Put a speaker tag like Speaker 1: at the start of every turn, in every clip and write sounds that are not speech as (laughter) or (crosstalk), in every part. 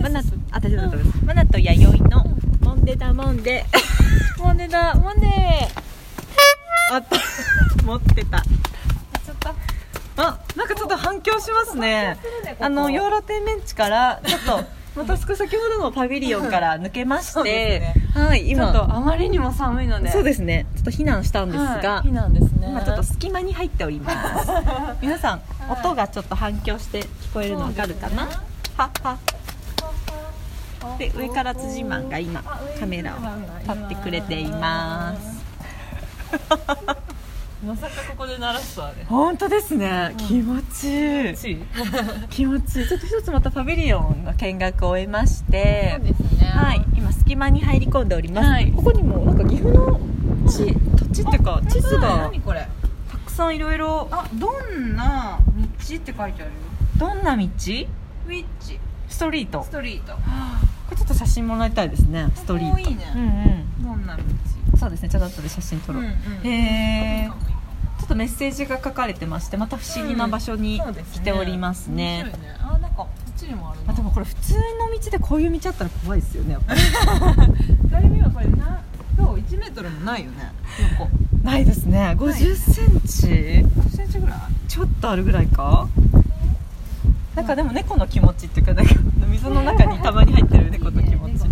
Speaker 1: マナとあ大丈夫だと思います、マナと弥生のモンデだモンデモンデだモンデあった (laughs) 持ってた
Speaker 2: ちょっと
Speaker 1: あなんかちょっと反響しますねあの養老天面地からちょっ (laughs) とまた少し先ほどのパビリオンから抜けまし
Speaker 2: そう
Speaker 1: て、
Speaker 2: で
Speaker 1: はい
Speaker 2: ちょ
Speaker 1: 今
Speaker 2: っとあまりにも寒いので
Speaker 1: そう
Speaker 2: で
Speaker 1: ですねちょっと避難したんですが、
Speaker 2: 避難ですね
Speaker 1: 今ちょっと隙間に入っております (laughs) 皆さん、
Speaker 2: はい
Speaker 1: 音がちょっと反響して聞こえるのわかるかな、
Speaker 2: そうですね
Speaker 1: はっはっで上から辻マンが今カメラを立ってくれています
Speaker 2: まさかここで鳴らすとはね
Speaker 1: 本当ですね、気持ちいい
Speaker 2: つい
Speaker 1: 気持ちいいちょっと一つまたパビリオンの見学を終えまして
Speaker 2: そうですね
Speaker 1: はい今隙間に入り込んでおります、
Speaker 2: はい
Speaker 1: ここにもなんか岐阜の地土地っていうか地図が
Speaker 2: 何これ
Speaker 1: たくさんいろいろ
Speaker 2: あどんな道って書いてあるよ
Speaker 1: どんな道
Speaker 2: ウィッチ
Speaker 1: ストリート
Speaker 2: ストリート
Speaker 1: これちょっと写真もらいたいですねストリート
Speaker 2: ここいいね
Speaker 1: うん
Speaker 2: どんな道
Speaker 1: うんそうですねちょっと後で写真撮ろう、
Speaker 2: うんうん
Speaker 1: へえちょっとメッセージが書かれてましてまた不思議な場所に
Speaker 2: そうです
Speaker 1: 来
Speaker 2: ね
Speaker 1: ておりますね,、
Speaker 2: 面白いねあなんかこっちにもある
Speaker 1: あ
Speaker 2: な
Speaker 1: でもこれ普通の道でこういう道あったら怖いですよねやっぱり
Speaker 2: だいぶ今これな今日1メートルもないよね横
Speaker 1: ないですね5 0センチ
Speaker 2: 5センチぐらい
Speaker 1: ちょっとあるぐらいかなんかでも猫の気持ちっていうかなんか水の中にたまに入ってる猫の気持ち
Speaker 2: いいね猫の気持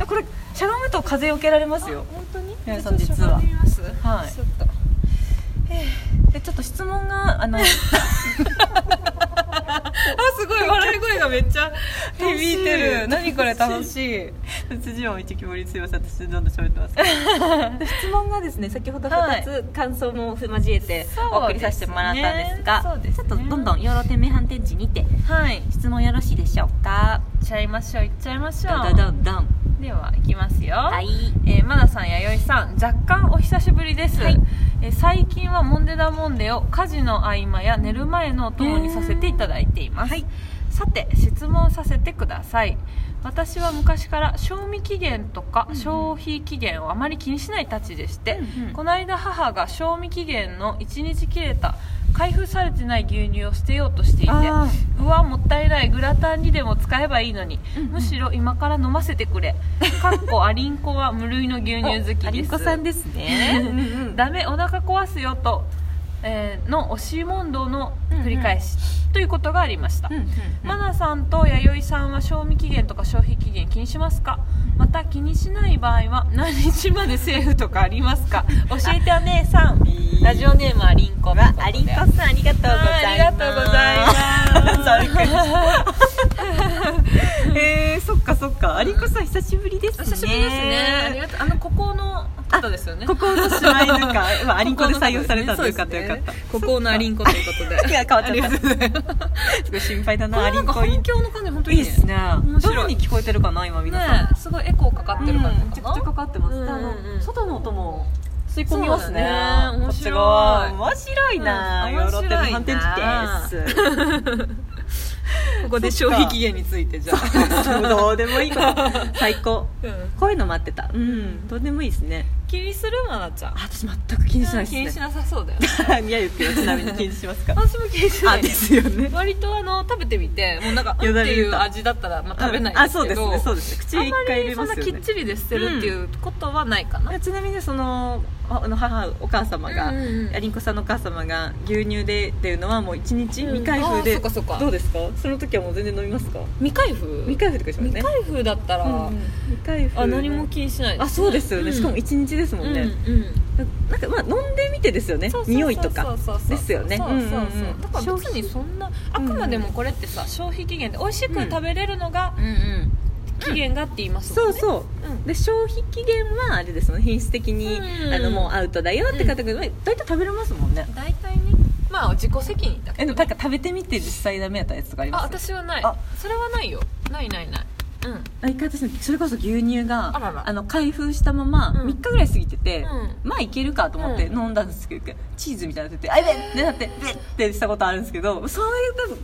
Speaker 2: ち
Speaker 1: これしゃがむと風よけられますよ
Speaker 2: あ本当に
Speaker 1: 皆さん実は
Speaker 2: ちょっとしゃがんでみます
Speaker 1: はい
Speaker 2: ちょっと
Speaker 1: でちょっと質問があ
Speaker 2: (laughs)
Speaker 1: の
Speaker 2: あすごい笑い声がめっちゃ響いて
Speaker 1: 楽しい
Speaker 2: る何これ楽しい
Speaker 1: 辻を一きぼりすいません私どんどん喋ってます
Speaker 2: (laughs)
Speaker 1: 質問がですね先ほど
Speaker 2: は
Speaker 1: 2つ感想も交えて
Speaker 2: そうですね
Speaker 1: お送りさせてもらったんですが
Speaker 2: そうですね
Speaker 1: ちょっとどんどん養老天命反転地にて
Speaker 2: はい行
Speaker 1: 質問よろしいでしょうか
Speaker 2: っちゃいましょう行っちゃいましょう
Speaker 1: どんどんどん
Speaker 2: では行きますよ
Speaker 1: はい
Speaker 2: えー、マナさん、弥生さん、若干お久しぶりです、
Speaker 1: はい
Speaker 2: えー最近はモンデダモンデを家事の合間や寝る前のお供にさせていただいています、さて質問させてください私は昔から賞味期限とか
Speaker 1: うんうん
Speaker 2: 消費期限をあまり気にしないたちでして、
Speaker 1: うんうん
Speaker 2: この間母が賞味期限の1日切れた開封されてない牛乳を捨てようとしていて
Speaker 1: あー
Speaker 2: うわもったいないグラタンにでも使えばいいのに、
Speaker 1: うんうん
Speaker 2: むしろ今から飲ませてくれかっこアリンコは無類の牛乳好きです
Speaker 1: ありんこさんですね (laughs)
Speaker 2: ダメお腹壊すよと、えーの押し問答の繰り返し、ということがありました、マナさんと弥生さんは賞味期限とか消費期限気にしますかまた気にしない場合は何日までセーフとかありますか教えてお姉さんラジオネームはリンコ
Speaker 1: わありんこさんありがとうございます
Speaker 2: ありがとうございます
Speaker 1: そうびっくり
Speaker 2: (laughs)
Speaker 1: したえー、そっかそっかありんこさん久しぶりですね
Speaker 2: 久しぶりですねありがとうあのここの方ですよね
Speaker 1: ここの姉妹
Speaker 2: (laughs)
Speaker 1: のか、まあ、アリンコで採用されたというか
Speaker 2: そうで
Speaker 1: よ
Speaker 2: すね
Speaker 1: かった。
Speaker 2: ここのアリンコという (laughs) ことで
Speaker 1: いや変わっちゃった
Speaker 2: ありがとうございます
Speaker 1: すごい心配だ
Speaker 2: こ
Speaker 1: な、ア
Speaker 2: れ
Speaker 1: リ
Speaker 2: なん
Speaker 1: ン
Speaker 2: か
Speaker 1: コいい。
Speaker 2: 反響の感じ本当
Speaker 1: い
Speaker 2: に
Speaker 1: いですね。
Speaker 2: 面白い
Speaker 1: どこに聞こえてるかな、今皆さん。
Speaker 2: ねすごいエコーかかってる感じかな、
Speaker 1: めちゃくちゃかかってます。
Speaker 2: うんうんうん
Speaker 1: あの外の音も吸い込みますね。
Speaker 2: そうだね
Speaker 1: こっち
Speaker 2: 面白
Speaker 1: 側
Speaker 2: い
Speaker 1: 面白いな。
Speaker 2: うん
Speaker 1: ヨー
Speaker 2: 面
Speaker 1: ロッ
Speaker 2: 白い
Speaker 1: パ
Speaker 2: な
Speaker 1: の反転地です。
Speaker 2: ここで消費期限についてじゃあ、
Speaker 1: どうで (laughs) もいいこと。最高。
Speaker 2: うん
Speaker 1: こういうの待ってた。うん、どうでもいいですね。
Speaker 2: 気にするマナちゃん
Speaker 1: あ、私全く気にしないです
Speaker 2: 気にし
Speaker 1: ね。
Speaker 2: なさそうだよ
Speaker 1: (laughs)
Speaker 2: ね
Speaker 1: 宮ゆきはちなみに気にしますか。
Speaker 2: (laughs) 私も気にし
Speaker 1: (laughs)
Speaker 2: な
Speaker 1: あ、
Speaker 2: い
Speaker 1: ですよね。
Speaker 2: 割とあの食べてみてもうなんかうん
Speaker 1: よ
Speaker 2: っ
Speaker 1: だ
Speaker 2: て
Speaker 1: れ
Speaker 2: い
Speaker 1: 出
Speaker 2: う
Speaker 1: た
Speaker 2: 味だったら、まあ、食べないん
Speaker 1: あ
Speaker 2: です
Speaker 1: そう
Speaker 2: け
Speaker 1: です
Speaker 2: ど
Speaker 1: ねそうですね口一回入れ
Speaker 2: あ
Speaker 1: ま
Speaker 2: んますり
Speaker 1: よ
Speaker 2: そんなき
Speaker 1: ね
Speaker 2: っちりで捨てるっていうことはないかな、
Speaker 1: あちなみにそのああの母お母様が、
Speaker 2: うんうんうん
Speaker 1: ありんこさんのお母様が牛乳でっていうのはもう1日
Speaker 2: うん
Speaker 1: 未開封
Speaker 2: あ
Speaker 1: で、
Speaker 2: そっかそっか
Speaker 1: どうですかその時はもう全然飲みますか
Speaker 2: 未開封
Speaker 1: 未開封とかします
Speaker 2: 未
Speaker 1: ね
Speaker 2: 開封だったら、
Speaker 1: うんうん未開封
Speaker 2: あ何も気にしない
Speaker 1: あそうですよね、
Speaker 2: うん
Speaker 1: しかも1日ですもんね、
Speaker 2: うんうん
Speaker 1: なんかまあ飲んでみてですよね
Speaker 2: そうそうそうそ
Speaker 1: 匂
Speaker 2: う
Speaker 1: いとか
Speaker 2: そうそうそう
Speaker 1: ですよね
Speaker 2: そうそうそう
Speaker 1: うんうんうん
Speaker 2: だから別にそんなあくまでもこれってさ消費期限で美味しく食べれるのが
Speaker 1: うんうん
Speaker 2: 期限がって言いますも
Speaker 1: そう
Speaker 2: んねう
Speaker 1: そう
Speaker 2: うん
Speaker 1: で消費期限はあれですよね品質的に、
Speaker 2: うん
Speaker 1: あのもうアウトだよって方が、大体食べれますもんね
Speaker 2: 大体ねまあ自己責任だけ
Speaker 1: え
Speaker 2: ど
Speaker 1: でもなんか食べてみて実際ダメやったやつとかありま
Speaker 2: あ
Speaker 1: す
Speaker 2: 私はない
Speaker 1: あ
Speaker 2: それはないよないないないうん
Speaker 1: あ一回私それこそ牛乳が
Speaker 2: あらら
Speaker 1: の開封したまま
Speaker 2: うん
Speaker 1: 3日ぐらい過ぎてて、
Speaker 2: うん
Speaker 1: まあいけるかと思って
Speaker 2: う
Speaker 1: 飲んだんですけど、チーズみたいになってて「あやべえ!」ってなって「べってしたことあるんですけどそういう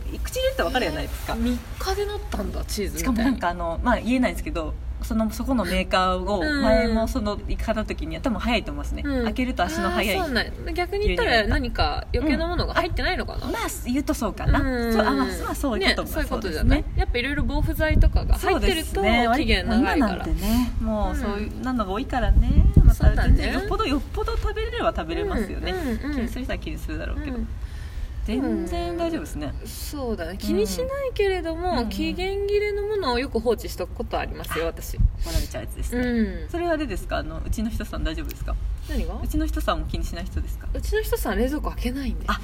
Speaker 1: 多分口に入れたら分かるじゃないですか、
Speaker 2: 3日でなったんだチーズみた
Speaker 1: し
Speaker 2: い
Speaker 1: かもなんかあのまあ言えないですけどそのそこのメーカーを
Speaker 2: うん
Speaker 1: 前もその行った時には多分早いと思いますね、
Speaker 2: うん
Speaker 1: 開けると足の速い
Speaker 2: あーそうなんや逆に言ったら何か余計なものが入ってないのかな、
Speaker 1: まあ言うとそうかな、
Speaker 2: うん
Speaker 1: そうあまあまあそういうことも、
Speaker 2: ね、そういうことじ
Speaker 1: で
Speaker 2: ゃ
Speaker 1: す
Speaker 2: ない、やっぱいろいろ防腐剤とかが入ってると期限長い
Speaker 1: 今
Speaker 2: か
Speaker 1: な
Speaker 2: ら
Speaker 1: んてねもう
Speaker 2: うん
Speaker 1: そういうなのが多いからねま
Speaker 2: そ
Speaker 1: た
Speaker 2: うだ
Speaker 1: 全
Speaker 2: ね
Speaker 1: 然よっぽどよっぽど食べれれば食べれますよね、
Speaker 2: うんうん
Speaker 1: 気にする人は気にするだろうけど、
Speaker 2: うん
Speaker 1: 全然大丈夫ですね、
Speaker 2: そうだね気にしないけれども、
Speaker 1: うん
Speaker 2: 期限切れのものをよく放置しとくことはありますよ私
Speaker 1: 怒られちゃうやつです
Speaker 2: う
Speaker 1: ね、
Speaker 2: ん
Speaker 1: それはあれですかあのうちの人さん大丈夫ですか
Speaker 2: 何が
Speaker 1: うちの人さんも気にしない人ですか
Speaker 2: うちの人さん冷蔵庫開けないんで
Speaker 1: あ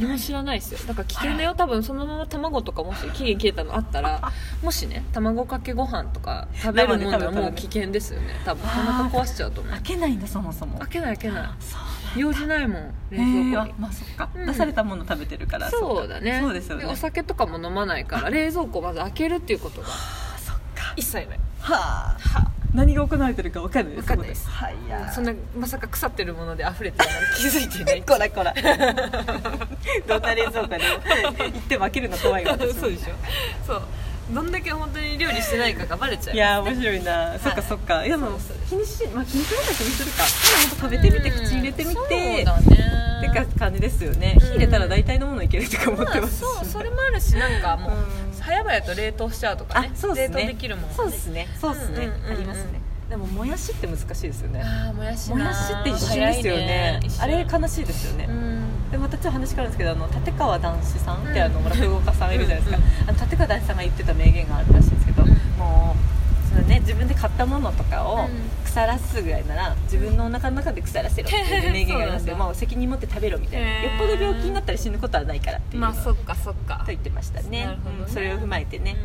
Speaker 2: 何も知らないですよだから危険だよ多分そのまま卵とかもし期限切れたのあったらもしね卵かけご飯とか食べるものはもう危険ですよね多分お腹壊しちゃうと思う
Speaker 1: 開けないんだそもそも
Speaker 2: 開けない開けない
Speaker 1: そう
Speaker 2: 用事ないもん冷
Speaker 1: へえ
Speaker 2: 蔵庫
Speaker 1: あ
Speaker 2: に
Speaker 1: まあそっか、
Speaker 2: うん
Speaker 1: 出されたもの食べてるから
Speaker 2: そうだね
Speaker 1: そうですよね
Speaker 2: お酒とかも飲まないから冷蔵庫をまず開けるっていうことが
Speaker 1: あそっか
Speaker 2: 一切ない
Speaker 1: はあ何が行われてるか分かんないです
Speaker 2: わかんないです
Speaker 1: そこはいや
Speaker 2: そんなまさか腐ってるもので溢れてるなんて気づいていない
Speaker 1: (laughs) こらこらどんな冷蔵 (laughs) 庫で行っても開けるの怖いわ私も
Speaker 2: (laughs) そうでしょそうどんだけ本当に料理してないかがバレちゃう
Speaker 1: いやー面白いなそっかそっかいやもう
Speaker 2: そうそう
Speaker 1: 気にし、まあ、気にするか気にするかただ本当食べてみて
Speaker 2: うん
Speaker 1: 口に入れてみて
Speaker 2: そう
Speaker 1: っ
Speaker 2: だね
Speaker 1: てか感じですよね
Speaker 2: うん
Speaker 1: 火入れたら大体のものいけるとか思っ
Speaker 2: ま
Speaker 1: て
Speaker 2: あ
Speaker 1: ますし
Speaker 2: そうそれもあるしなんかもう
Speaker 1: うん
Speaker 2: 早々と冷凍しちゃうとかね
Speaker 1: あそうですね
Speaker 2: 冷凍できるもん
Speaker 1: そうですねそうですね、
Speaker 2: うんうんうんうん
Speaker 1: ありますねでももやしって難しいですよね
Speaker 2: ああもやしな
Speaker 1: もやしって一瞬ですよね
Speaker 2: 早い一瞬
Speaker 1: あれ悲しいですよね、
Speaker 2: うん
Speaker 1: でまたちょっと話変わるんですけどあの立川談志さんって
Speaker 2: うん
Speaker 1: あの落語家さんいるじゃないですか、
Speaker 2: うん
Speaker 1: あの立川談志さんが言ってた名言があるらしいんですけど、
Speaker 2: うん
Speaker 1: もうそのね自分で買ったものとか
Speaker 2: う
Speaker 1: を
Speaker 2: ん
Speaker 1: 腐らすぐらいなら自分のお腹の中で腐らせろっていう名言があります
Speaker 2: そうな
Speaker 1: よ
Speaker 2: んだ
Speaker 1: まあ責任持って食べろみたいな
Speaker 2: へ
Speaker 1: よっ
Speaker 2: ー
Speaker 1: ぽど病気になったら死ぬことはないからっていうの
Speaker 2: まあ
Speaker 1: を
Speaker 2: そっかそっか
Speaker 1: と言ってましたね
Speaker 2: なるほどね
Speaker 1: うんそれを踏まえてね、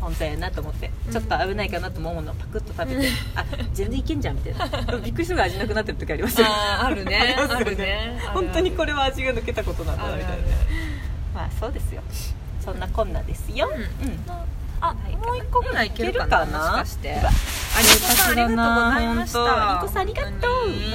Speaker 1: 本当やなと思ってちょっと危ないかなと思うものをパクッと食べて、あ全然いけんじゃんみたい
Speaker 2: (laughs)
Speaker 1: なでもびっくりするぐらい味なくなってる時ありますよね
Speaker 2: あーあ
Speaker 1: (laughs)
Speaker 2: るね
Speaker 1: りますよ
Speaker 2: あるね
Speaker 1: 本当にこれは味が抜けたことなんだ
Speaker 2: あ
Speaker 1: な
Speaker 2: る
Speaker 1: み
Speaker 2: あ
Speaker 1: たい
Speaker 2: る
Speaker 1: なまあそうですよそんなこんなですよ、
Speaker 2: うん
Speaker 1: うん
Speaker 2: あもう一個ぐらいいけるかな
Speaker 1: うんいけるかな
Speaker 2: もしかし
Speaker 1: う
Speaker 2: て
Speaker 1: わ
Speaker 2: ありがとうさんありがとうございました
Speaker 1: ありんこさんありがとう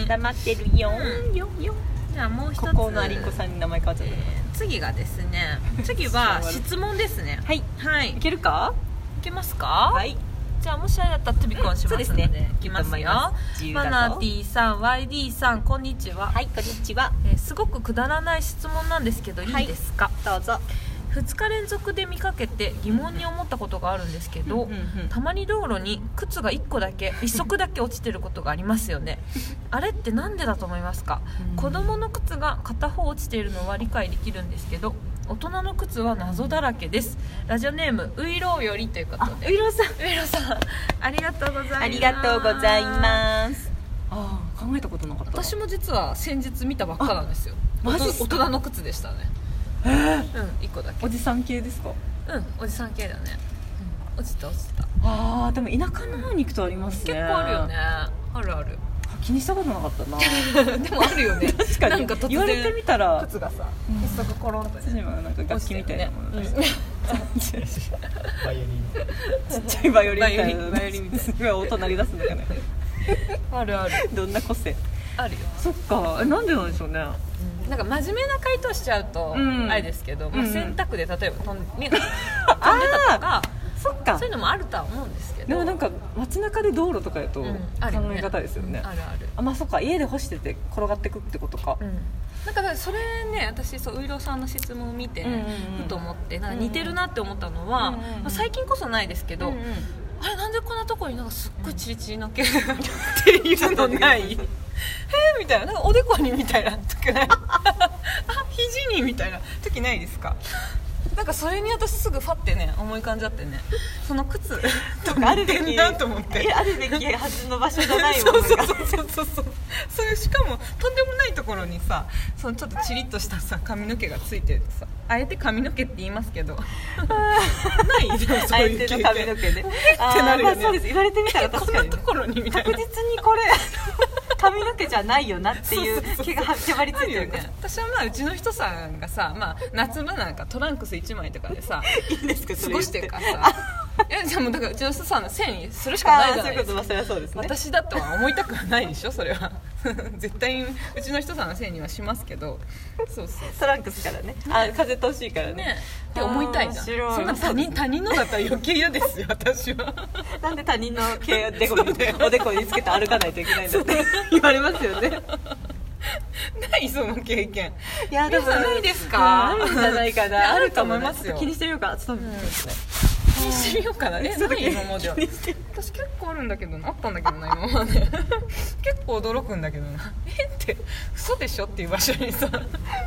Speaker 1: また待ってるよ、
Speaker 2: うん
Speaker 1: よよ
Speaker 2: じゃあもう一つ
Speaker 1: ここのありんこさんに名前変わっちゃった
Speaker 2: えー次がです
Speaker 1: (laughs)
Speaker 2: ね次は質問ですね
Speaker 1: はい
Speaker 2: はい
Speaker 1: い
Speaker 2: い
Speaker 1: けるか
Speaker 2: けますか
Speaker 1: はい
Speaker 2: じゃあもしあれだったら飛び込んします
Speaker 1: そう
Speaker 2: の
Speaker 1: で
Speaker 2: です
Speaker 1: ね
Speaker 2: いきます
Speaker 1: いけると思い
Speaker 2: よ
Speaker 1: ます自由だ
Speaker 2: マ
Speaker 1: ぞ
Speaker 2: ナティさん YD さんこんにちは、
Speaker 1: はいこんにちは
Speaker 2: えーすごくくだらない質問なんですけどい
Speaker 1: はい
Speaker 2: いですか、
Speaker 1: どうぞ
Speaker 2: 2日連続で見かけて疑問に思ったことがあるんですけど、
Speaker 1: うんうん
Speaker 2: たまに道路に靴が1個だけ1足だけ落ちてることがあります
Speaker 1: (laughs)
Speaker 2: よねあれってなんでだと思いますか
Speaker 1: うん
Speaker 2: 子供の靴が片方落ちているのは理解できるんですけど大人の靴は謎だらけですラジオネームういろうよりということ
Speaker 1: あ
Speaker 2: で
Speaker 1: ういろうさん
Speaker 2: 上野さんありがとうございます
Speaker 1: ありがとうございますああ考えたことなかった
Speaker 2: 私も実は先日見たばっかなんですよ
Speaker 1: あマジっす
Speaker 2: 大
Speaker 1: か
Speaker 2: 人の靴でしたねうん1個だけ
Speaker 1: おじさん系ですか
Speaker 2: うんおじさん系だね、うん落ちた落ちた
Speaker 1: ああでも田舎の方に行くとあります
Speaker 2: 結
Speaker 1: ね
Speaker 2: 構あるよねあるある
Speaker 1: 気にしたことなかったな
Speaker 2: (laughs) でもあるよね
Speaker 1: 確かに
Speaker 2: なんか突然
Speaker 1: 言われてみたら
Speaker 2: 靴がさ一足コロンとね
Speaker 1: 私今なんか楽器みたいなものだし、 (laughs)
Speaker 2: 落ち
Speaker 1: ちっ
Speaker 3: バイオリン
Speaker 1: ちゃいバイオリンみたいな
Speaker 2: バイオリンバイオリンみたいな
Speaker 1: すごい音鳴り出すんだよね
Speaker 2: あるある
Speaker 1: どんな個性
Speaker 2: あるよ
Speaker 1: そっかえなんでなんでしょうね
Speaker 2: なんか真面目な回答しちゃうと、
Speaker 1: うん
Speaker 2: あれですけど、ま
Speaker 1: う
Speaker 2: あ、
Speaker 1: ん
Speaker 2: 選択で例えば飛ん,、ね、飛んでたと
Speaker 1: あ
Speaker 2: か
Speaker 1: あそっか
Speaker 2: そういうのもあるとは思うんですけど
Speaker 1: でもなんか街中で道路とかやと
Speaker 2: う
Speaker 1: 考
Speaker 2: んあるよね
Speaker 1: え方ですよね、
Speaker 2: あるある
Speaker 1: あまあそっか家で干してて転がってくってことか、
Speaker 2: うんなんかそれね私そうういろうさんの質問を見て、
Speaker 1: うんうんうん
Speaker 2: ふと思ってなんか似てるなって思ったのは、
Speaker 1: うんうんうん
Speaker 2: まあ最近こそないですけど、
Speaker 1: うんうん
Speaker 2: あれなんでこんなとこになんかすっごいチリチリの毛っていうのないえみたいななんかおでこにみたいな時ないあ肘にみたいな時ないですかなんかそれに私すぐファってね思い浮かんじゃってねその靴と
Speaker 1: あ
Speaker 2: 似
Speaker 1: る
Speaker 2: て
Speaker 1: べ
Speaker 2: ん
Speaker 1: き
Speaker 2: なと思って
Speaker 1: えあるべきはずの場所じゃないも
Speaker 2: そ
Speaker 1: の (laughs)
Speaker 2: うそう
Speaker 1: が
Speaker 2: そうそうそうそういうしかもとんでもないところにさそのちょっとチリッとしたさ髪の毛がついてるとさあえて髪の毛って言いますけどないでもそうい
Speaker 1: 相手
Speaker 2: う経験
Speaker 1: の髪の毛ね (laughs) あ
Speaker 2: ってな
Speaker 1: ー
Speaker 2: る
Speaker 1: ま
Speaker 2: よ
Speaker 1: あ
Speaker 2: ね
Speaker 1: そうです言われてみたら確
Speaker 2: こん
Speaker 1: か
Speaker 2: な
Speaker 1: にね
Speaker 2: ところにみたい
Speaker 1: 確
Speaker 2: な
Speaker 1: 実にこれ (laughs) 髪の毛じゃないよなっていう
Speaker 2: そうそうそう
Speaker 1: 毛が縛りつい
Speaker 2: ある
Speaker 1: て
Speaker 2: よ
Speaker 1: るから
Speaker 2: ね私はまあうちの人さんがさ、まあ、夏場なんかトランクス1枚とかで
Speaker 1: (laughs)
Speaker 2: さ
Speaker 1: いいんですか
Speaker 2: 過
Speaker 1: それ言
Speaker 2: ご
Speaker 1: っ
Speaker 2: してるからさえじゃあもうだからうちの人さんのせいにするしかない
Speaker 1: あ
Speaker 2: じ
Speaker 1: あ
Speaker 2: ゃ
Speaker 1: そう
Speaker 2: ないいうで
Speaker 1: こ
Speaker 2: す
Speaker 1: とまあ
Speaker 2: か
Speaker 1: それはそうですね
Speaker 2: 私だとは思いたくはないでしょそれは (laughs) 絶対うちの人さんのせいにはしますけどそうそう
Speaker 1: トランクスからねあ風通しいからね
Speaker 4: ね
Speaker 2: って思いたいじゃ
Speaker 1: 面
Speaker 2: ん
Speaker 1: 白い
Speaker 2: そんな
Speaker 1: (laughs)
Speaker 2: 他人他人のだったら余計嫌ですよ私は
Speaker 1: なんで他人の毛をデコにおでこにつけて歩かないといけないんだって言われますよね
Speaker 2: ないその経験
Speaker 1: いやでも
Speaker 2: 皆さんないですか
Speaker 1: うんあるん
Speaker 2: (laughs)
Speaker 1: じゃないかな
Speaker 2: あると思いますよ
Speaker 1: ちょっと気にしてみようかなちょっと
Speaker 2: 気にしてみようかなえ
Speaker 1: ちょっと
Speaker 2: ない今までは
Speaker 1: 気にして
Speaker 2: 私結構あるんだけどなあったんだけどな今ま
Speaker 1: (laughs)
Speaker 2: で結構驚くんだけどなえって嘘でしょっていう場所にさ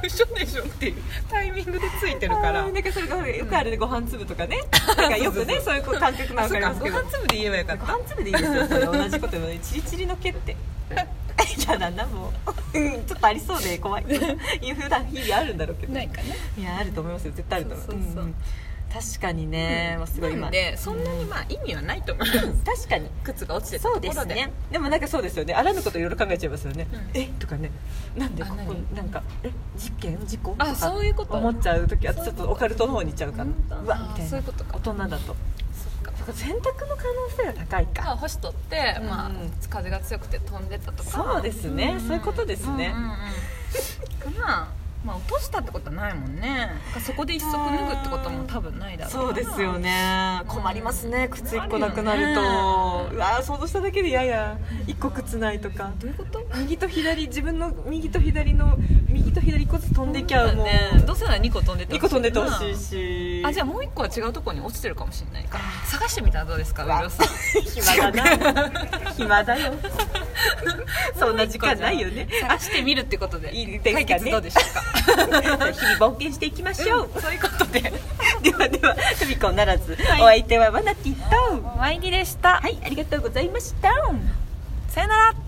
Speaker 2: 嘘でしょっていうタイミングでついてるから
Speaker 1: あーなんかそれがよくあるねご飯粒とかねなんかよくねそういうこう感覚なわか
Speaker 2: あそう
Speaker 1: り
Speaker 2: か
Speaker 1: ます
Speaker 2: ご
Speaker 1: けど
Speaker 2: 飯粒で言えばよかっ
Speaker 1: ご
Speaker 2: た
Speaker 1: 飯粒でいいですよそれ同じこと言うのにチリチリの毛って
Speaker 2: (laughs)
Speaker 1: 嫌だなもううんちょっとありそうで怖いいう普段日々あるんだろうけど
Speaker 2: ないかない
Speaker 1: やあると思いますよ絶対あると思う
Speaker 2: そうそうそうん
Speaker 1: 確かにね、まあすごい
Speaker 2: な
Speaker 1: 今
Speaker 2: のでそんなにまあ意味はない
Speaker 1: (laughs)
Speaker 2: と思います
Speaker 1: 確かに
Speaker 2: 靴が落ちてたと
Speaker 1: そう
Speaker 2: ころで
Speaker 1: ですねでもなんかそうですよねあらぬこといろいろ考えちゃいますよね、
Speaker 2: うん
Speaker 1: えとかねなんで
Speaker 2: あ
Speaker 1: ここ
Speaker 2: 何
Speaker 1: なんかえ事件事故と
Speaker 2: あ
Speaker 1: か
Speaker 2: そういうこと
Speaker 1: 思っちゃう時は
Speaker 2: そう
Speaker 1: ち
Speaker 2: いう
Speaker 1: ょっ
Speaker 2: こと
Speaker 1: とオカルトの方に行っちゃうから
Speaker 2: 本当
Speaker 1: うわみたいな
Speaker 2: そういうことか
Speaker 1: 大人だとそ
Speaker 2: そっか
Speaker 1: っか洗濯の可能性が高い
Speaker 2: まあ
Speaker 1: か
Speaker 2: 干しとって、
Speaker 1: うん
Speaker 2: まあ、風が強くて飛んでったとか
Speaker 1: そうですね
Speaker 2: ん
Speaker 1: そういうことですね
Speaker 2: うんうんうんかなまあ落としたってことはないもんねそこで一足脱ぐってことも多分ないだろう
Speaker 1: そうですよね
Speaker 2: うん
Speaker 1: 困りますね靴一個なくなると、
Speaker 2: あるよね
Speaker 1: うわー想像しただけで嫌や一個靴ないとか
Speaker 2: どういうこと
Speaker 1: 右と左自分の右と左の右と左一個ずつ飛んできゃうもう、
Speaker 2: ねどうせなら2個飛んでて
Speaker 1: 一個飛んでてほしい
Speaker 2: な
Speaker 1: し
Speaker 2: あじゃあもう1個は違うとこに落ちてるかもしれないから探してみたらどうですか
Speaker 1: わ
Speaker 2: 上田さん
Speaker 1: 暇だな (laughs) 暇だ (laughs) よそんな時間ないよね
Speaker 2: (laughs) 探してみるってことで
Speaker 1: いいですかね
Speaker 2: 解決どうでしょうか
Speaker 1: 日々冒険していきましょう、
Speaker 2: そういうことで
Speaker 1: ではではふみこならず、
Speaker 2: はい
Speaker 1: お相手はわなティと
Speaker 2: お参りでした
Speaker 1: はいありがとうございました
Speaker 2: さよなら